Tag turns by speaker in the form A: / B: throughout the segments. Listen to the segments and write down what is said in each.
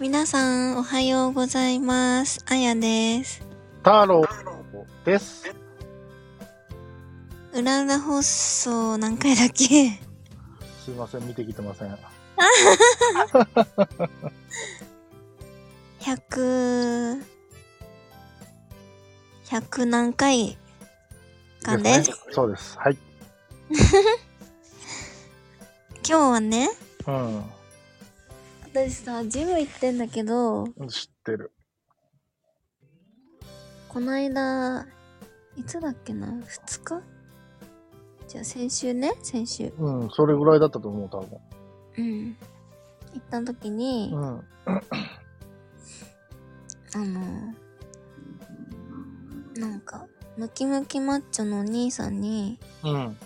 A: 皆さん、おはようございます。あやです。
B: 太郎です。
A: うらうら放送何回だっけ
B: すいません、見てきてません。
A: ?100、100何回かです。
B: ねそうです。はい。
A: 今日はね、
B: う
A: 私さ、ジム行ってんだけど、
B: ん。知ってる。
A: こないだ、いつだっけな ?2 日じゃあ先週ね、先週。
B: うん、それぐらいだったと思う、多分。
A: うん。行った時に、
B: うん。
A: あの、なんか、ムキムキマッチョのお兄さんに
B: うん。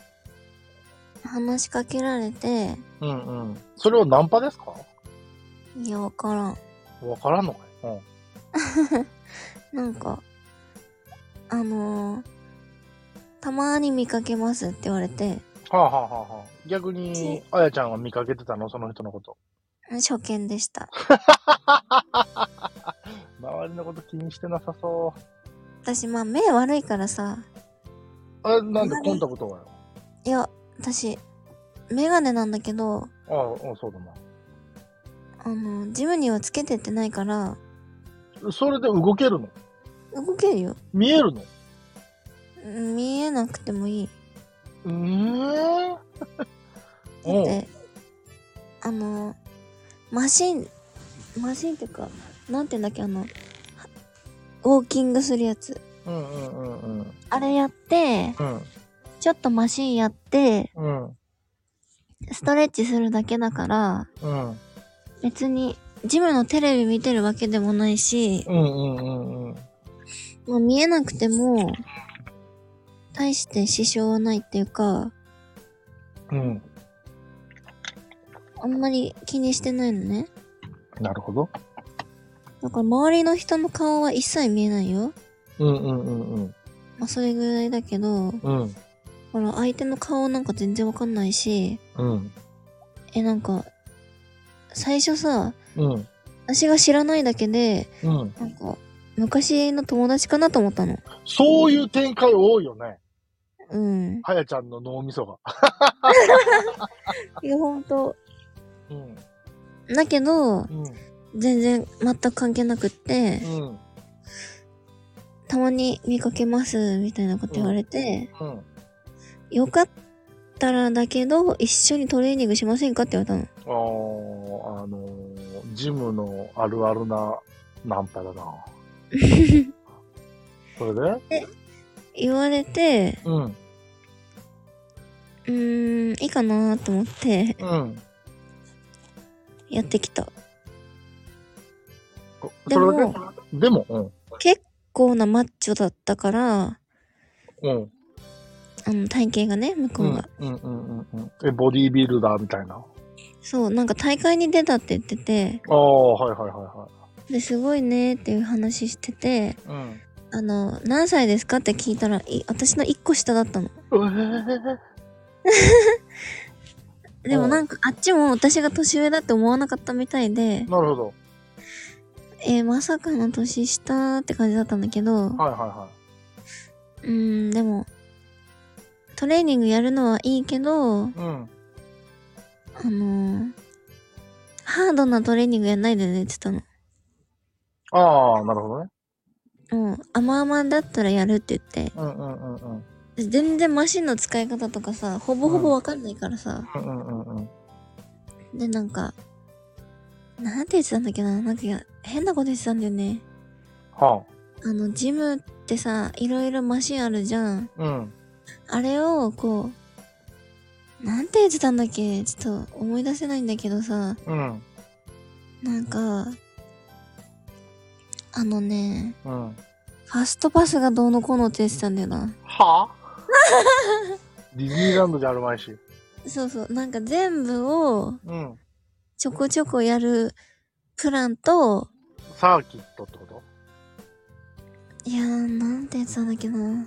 A: 話しかけられて、
B: うんうん。それはナンパですか
A: いや、わからん。
B: わからんのかいうん。
A: なんか、あのーたまーに見かけますって言われて、
B: はあ、はあはあはあ、逆に、あやちゃんは見かけてたのその人のこと。
A: 初見でした。
B: 周りのこと気にしてなさそ
A: 私、まあ、目悪いからさ、
B: う。あ、なんでコンタクトがよ。
A: いや、私、メガネなんだけど、
B: ああ、うんそうだ
A: あの、ジムにはつけてってないから、
B: な。それで動けるの
A: 動けるよ。
B: 見えるの
A: うん見えなくてもいい。
B: うーん。
A: だ
B: う
A: っ
B: ん
A: てあのマシンマシンっていうかなんて言うんだっけあのはウォーキングするやつ
B: うんうんうんうん。
A: あれやって
B: うん。
A: ちょっとマシンやって
B: うん。
A: ストレッチするだけだから
B: うん。
A: 別にジムのテレビ見てるわけでもないし、
B: うんうんうんうん。
A: まあ、見えなくても大して支障はないっていうか
B: うん。
A: あんまり気にしてないのね
B: なるほど。
A: だから周りの人の顔は一切見えないよ
B: うんうんうん
A: まあそれぐらいだけど
B: うん。うん。
A: ほら、相手の顔なんか全然わかんないし、
B: うん。
A: え、なんか、最初さ、
B: うん。
A: 私が知らないだけで、
B: うん。
A: なんか、昔の友達かなと思ったの。
B: そういう展開多いよね。
A: うん。
B: はやちゃんの脳みそが。
A: いや、ほんと。
B: うん。
A: だけど、
B: うん。
A: 全然、全く関係なくって、
B: うん。
A: たまに見かけます、みたいなこと言われて、
B: うん。
A: よかったらだけど、一緒にトレーニングしませんかって言われたの。
B: あー、あのー、ジムのあるあるな、ナンパだな。それで
A: 言われて、
B: うん。
A: うーん、いいかなと思って、
B: うん。
A: やってきた。で
B: それだ
A: も
B: け、でも、うん。
A: こうなマッチョだったから、
B: うん。
A: あの体型がね向こ
B: う
A: うんが、。
B: うん。うん。うん。え、ボディービルダーみたいな。あ
A: そうなんか大会に出たって言ってて
B: ー、はいはいは
A: ですごいねっていう話してて
B: いはい。
A: あの何歳ですかって聞いたらい私の1個下だったの
B: うん。えー
A: で
B: う
A: も
B: ん
A: なんかあっちも私が年上だって思わなかったみたいで
B: なるほど。
A: えーまさかの年下って感じだったんだけどう
B: はいはいはい。
A: ーんでもトレーニングやるのはいいけどあ
B: うん。
A: のーハードなトレーニングやんないでねって言ってたの
B: ああ、なるほどね。
A: もう甘々だったらやるって言って
B: うんうんうんうん。
A: 全然マシンの使い方とかさほぼほぼわかんないからさ、
B: うんうんうんうん。
A: でなんかなんて言ってたんだっけななんか変なこと言ってたんだよね
B: は
A: あのジムってさいろいろマシンあるじゃん
B: あ。うん。
A: あれをこうなんて言ってたんだっけちょっと思い出せないんだけどさ
B: うん。
A: なんかあのね
B: うん。は
A: ファストパスがどうのこうのって言ってたんだよな
B: あディズニーランドじゃあるまいし。
A: そうそうなんか全部を
B: うん。
A: ちょこちょこやるプランと
B: サーキットってこと
A: いやー、なんてやつなんだっけな。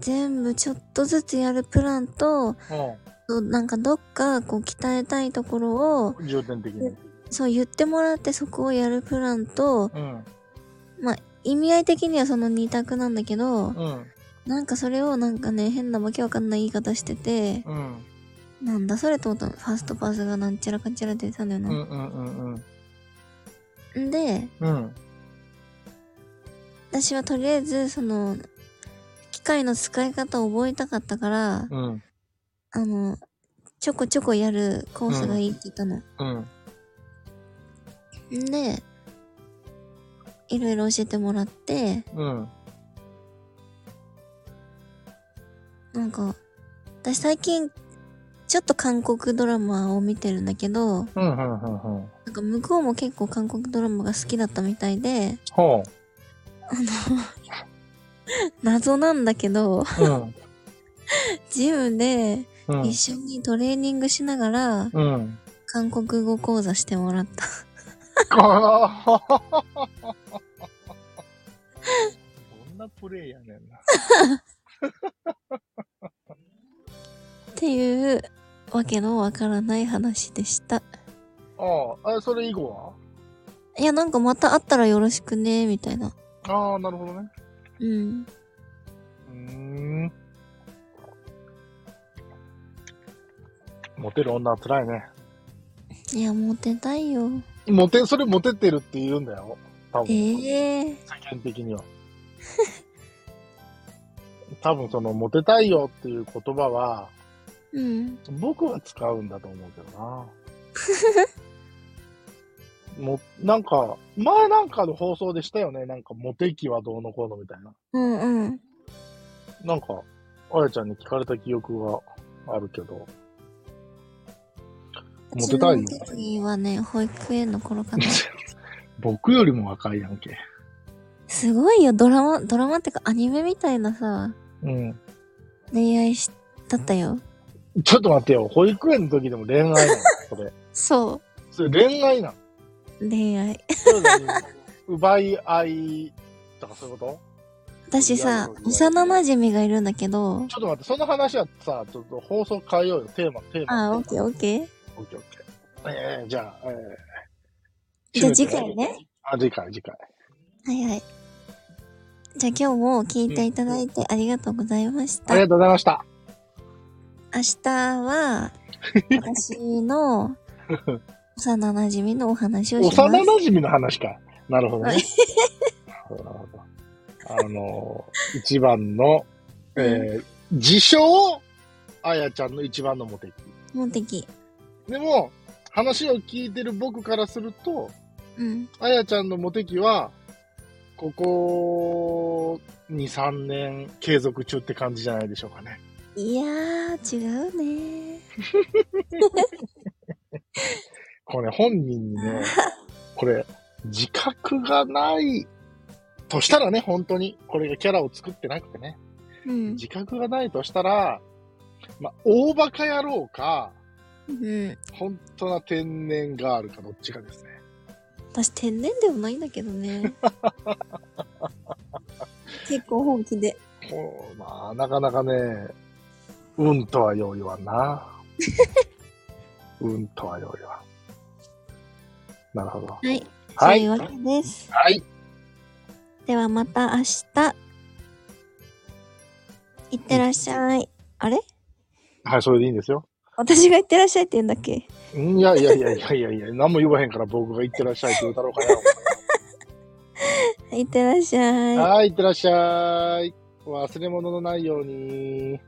A: 全部ちょっとずつやるプランと、となんかどっかこう鍛えたいところを、
B: うん。重点的に。
A: そう言ってもらってそこをやるプランと、
B: うん。
A: 意味合い的にはその二択なんだけど、
B: うん。
A: なんかそれをなんかね、変なわけわかんない言い方してて、
B: うん。
A: なんだそれと思ったの。ファーストパスがなんちゃらかんちゃらって言ってたんだよ
B: うん。
A: ね。
B: うん。うん。
A: んで、
B: うん。
A: 私はとりあえず、その、機械の使い方を覚えたかったから、
B: うん。
A: あの、ちょこちょこやるコースがいいって言ったの。
B: うん。
A: んで、いろいろ教えてもらって、
B: うん。
A: なんか、私最近、ちょっと韓国ドラマを見てるんだけど、
B: うん。うん。
A: なんか向こうも結構韓国ドラマが好きだったみたいで、
B: ほ
A: 謎なんだけど、
B: う。うん。
A: ジムで
B: うん
A: 一。緒にトレーニングしながら、
B: うん。
A: 韓国語講座してもらった。
B: どんなプレイやねんな。
A: っていう、わけのわからない話でした。
B: ああ、あそれ以後
A: いや、なんかまた会ったらよろしくね、みたいな。
B: はああ、なるほどね。
A: うん。
B: うーん。モテる女は辛いね。
A: いや、モテたいよ。
B: モテ、それモテてるって言うんだよ。多分。
A: ええ
B: 世間的には。 多分その、モテたいよっていう言葉は、
A: うん。
B: 僕は使うんだと思うけどな。もなんか、前なんかの放送でしたよね。なんか、モテ期はどうのこうのみたいな。
A: うんうん。
B: なんか、あやちゃんに聞かれた記憶があるけど。モテたいよ
A: うちの時はね、保育園の頃かな。
B: 僕よりも若いやんけ。
A: すごいよ、ドラマ、ドラマってかアニメみたいなさ、
B: うん。
A: 恋愛し、だったよ。
B: ちょっと待ってよ。保育園の時でも恋愛なの それ。
A: そ
B: それ恋愛なの
A: う。恋愛。
B: それ何奪い合いとかそういうこと
A: 私さ
B: 恋愛、
A: 幼馴染がいるんだけど、
B: ちょっと待って、その話はさ、ちょっと放送変えようよ。テーマ、テーマ。
A: あー、オッケーオッケー。
B: オッケーオッケー。ええじゃあ、ええ
A: じゃあ次回ね。
B: あ、次回、次回。
A: はいはい。じゃあ今日も聞いていただいてありがとうございまし
B: あ
A: た。
B: り
A: 明
B: がとうございました。
A: 日は、私 の幼馴染のお話をします。
B: 幼馴染の話か。 なるほど
A: は
B: ね
A: い。
B: なるほどなるほど。あの、一番の、えー、自称、あやちゃんの一番のモテ期。
A: モテキ。
B: でも、話を聞いてる僕からすると、
A: うん。
B: あやちゃんのモテ期は、ここ2、3年継続中って感じじゃないでしょうかね。
A: いやー、違うね
B: これ本人に ね、これ、自覚がないとしたらね、本当に、これがキャラを作ってなくてね、
A: うん。
B: 自覚がないとしたら、まあ、大バカ野郎か、
A: うん。
B: 本当な天然ガールかどっちかですね。
A: 私、天然ではないんだけど ね。結構本気で。
B: こうまあ、なかなかね、うんとはよう言わ んな。うんとはよう言わん。なるほど。
A: はい。
B: は
A: とい
B: い。
A: うわけです。
B: はい。
A: ではまた明日。いってらっしゃい。あれ
B: はい、それでいいんですよ。
A: 私がいってらっしゃいって言うんだっけ
B: うんいやいやいやいやいやいや、何も言わへんから僕が行ってらっしゃいって言うたろうかよ。
A: いってらっしゃい。
B: はい、いってらっしゃい。忘れ物のないように。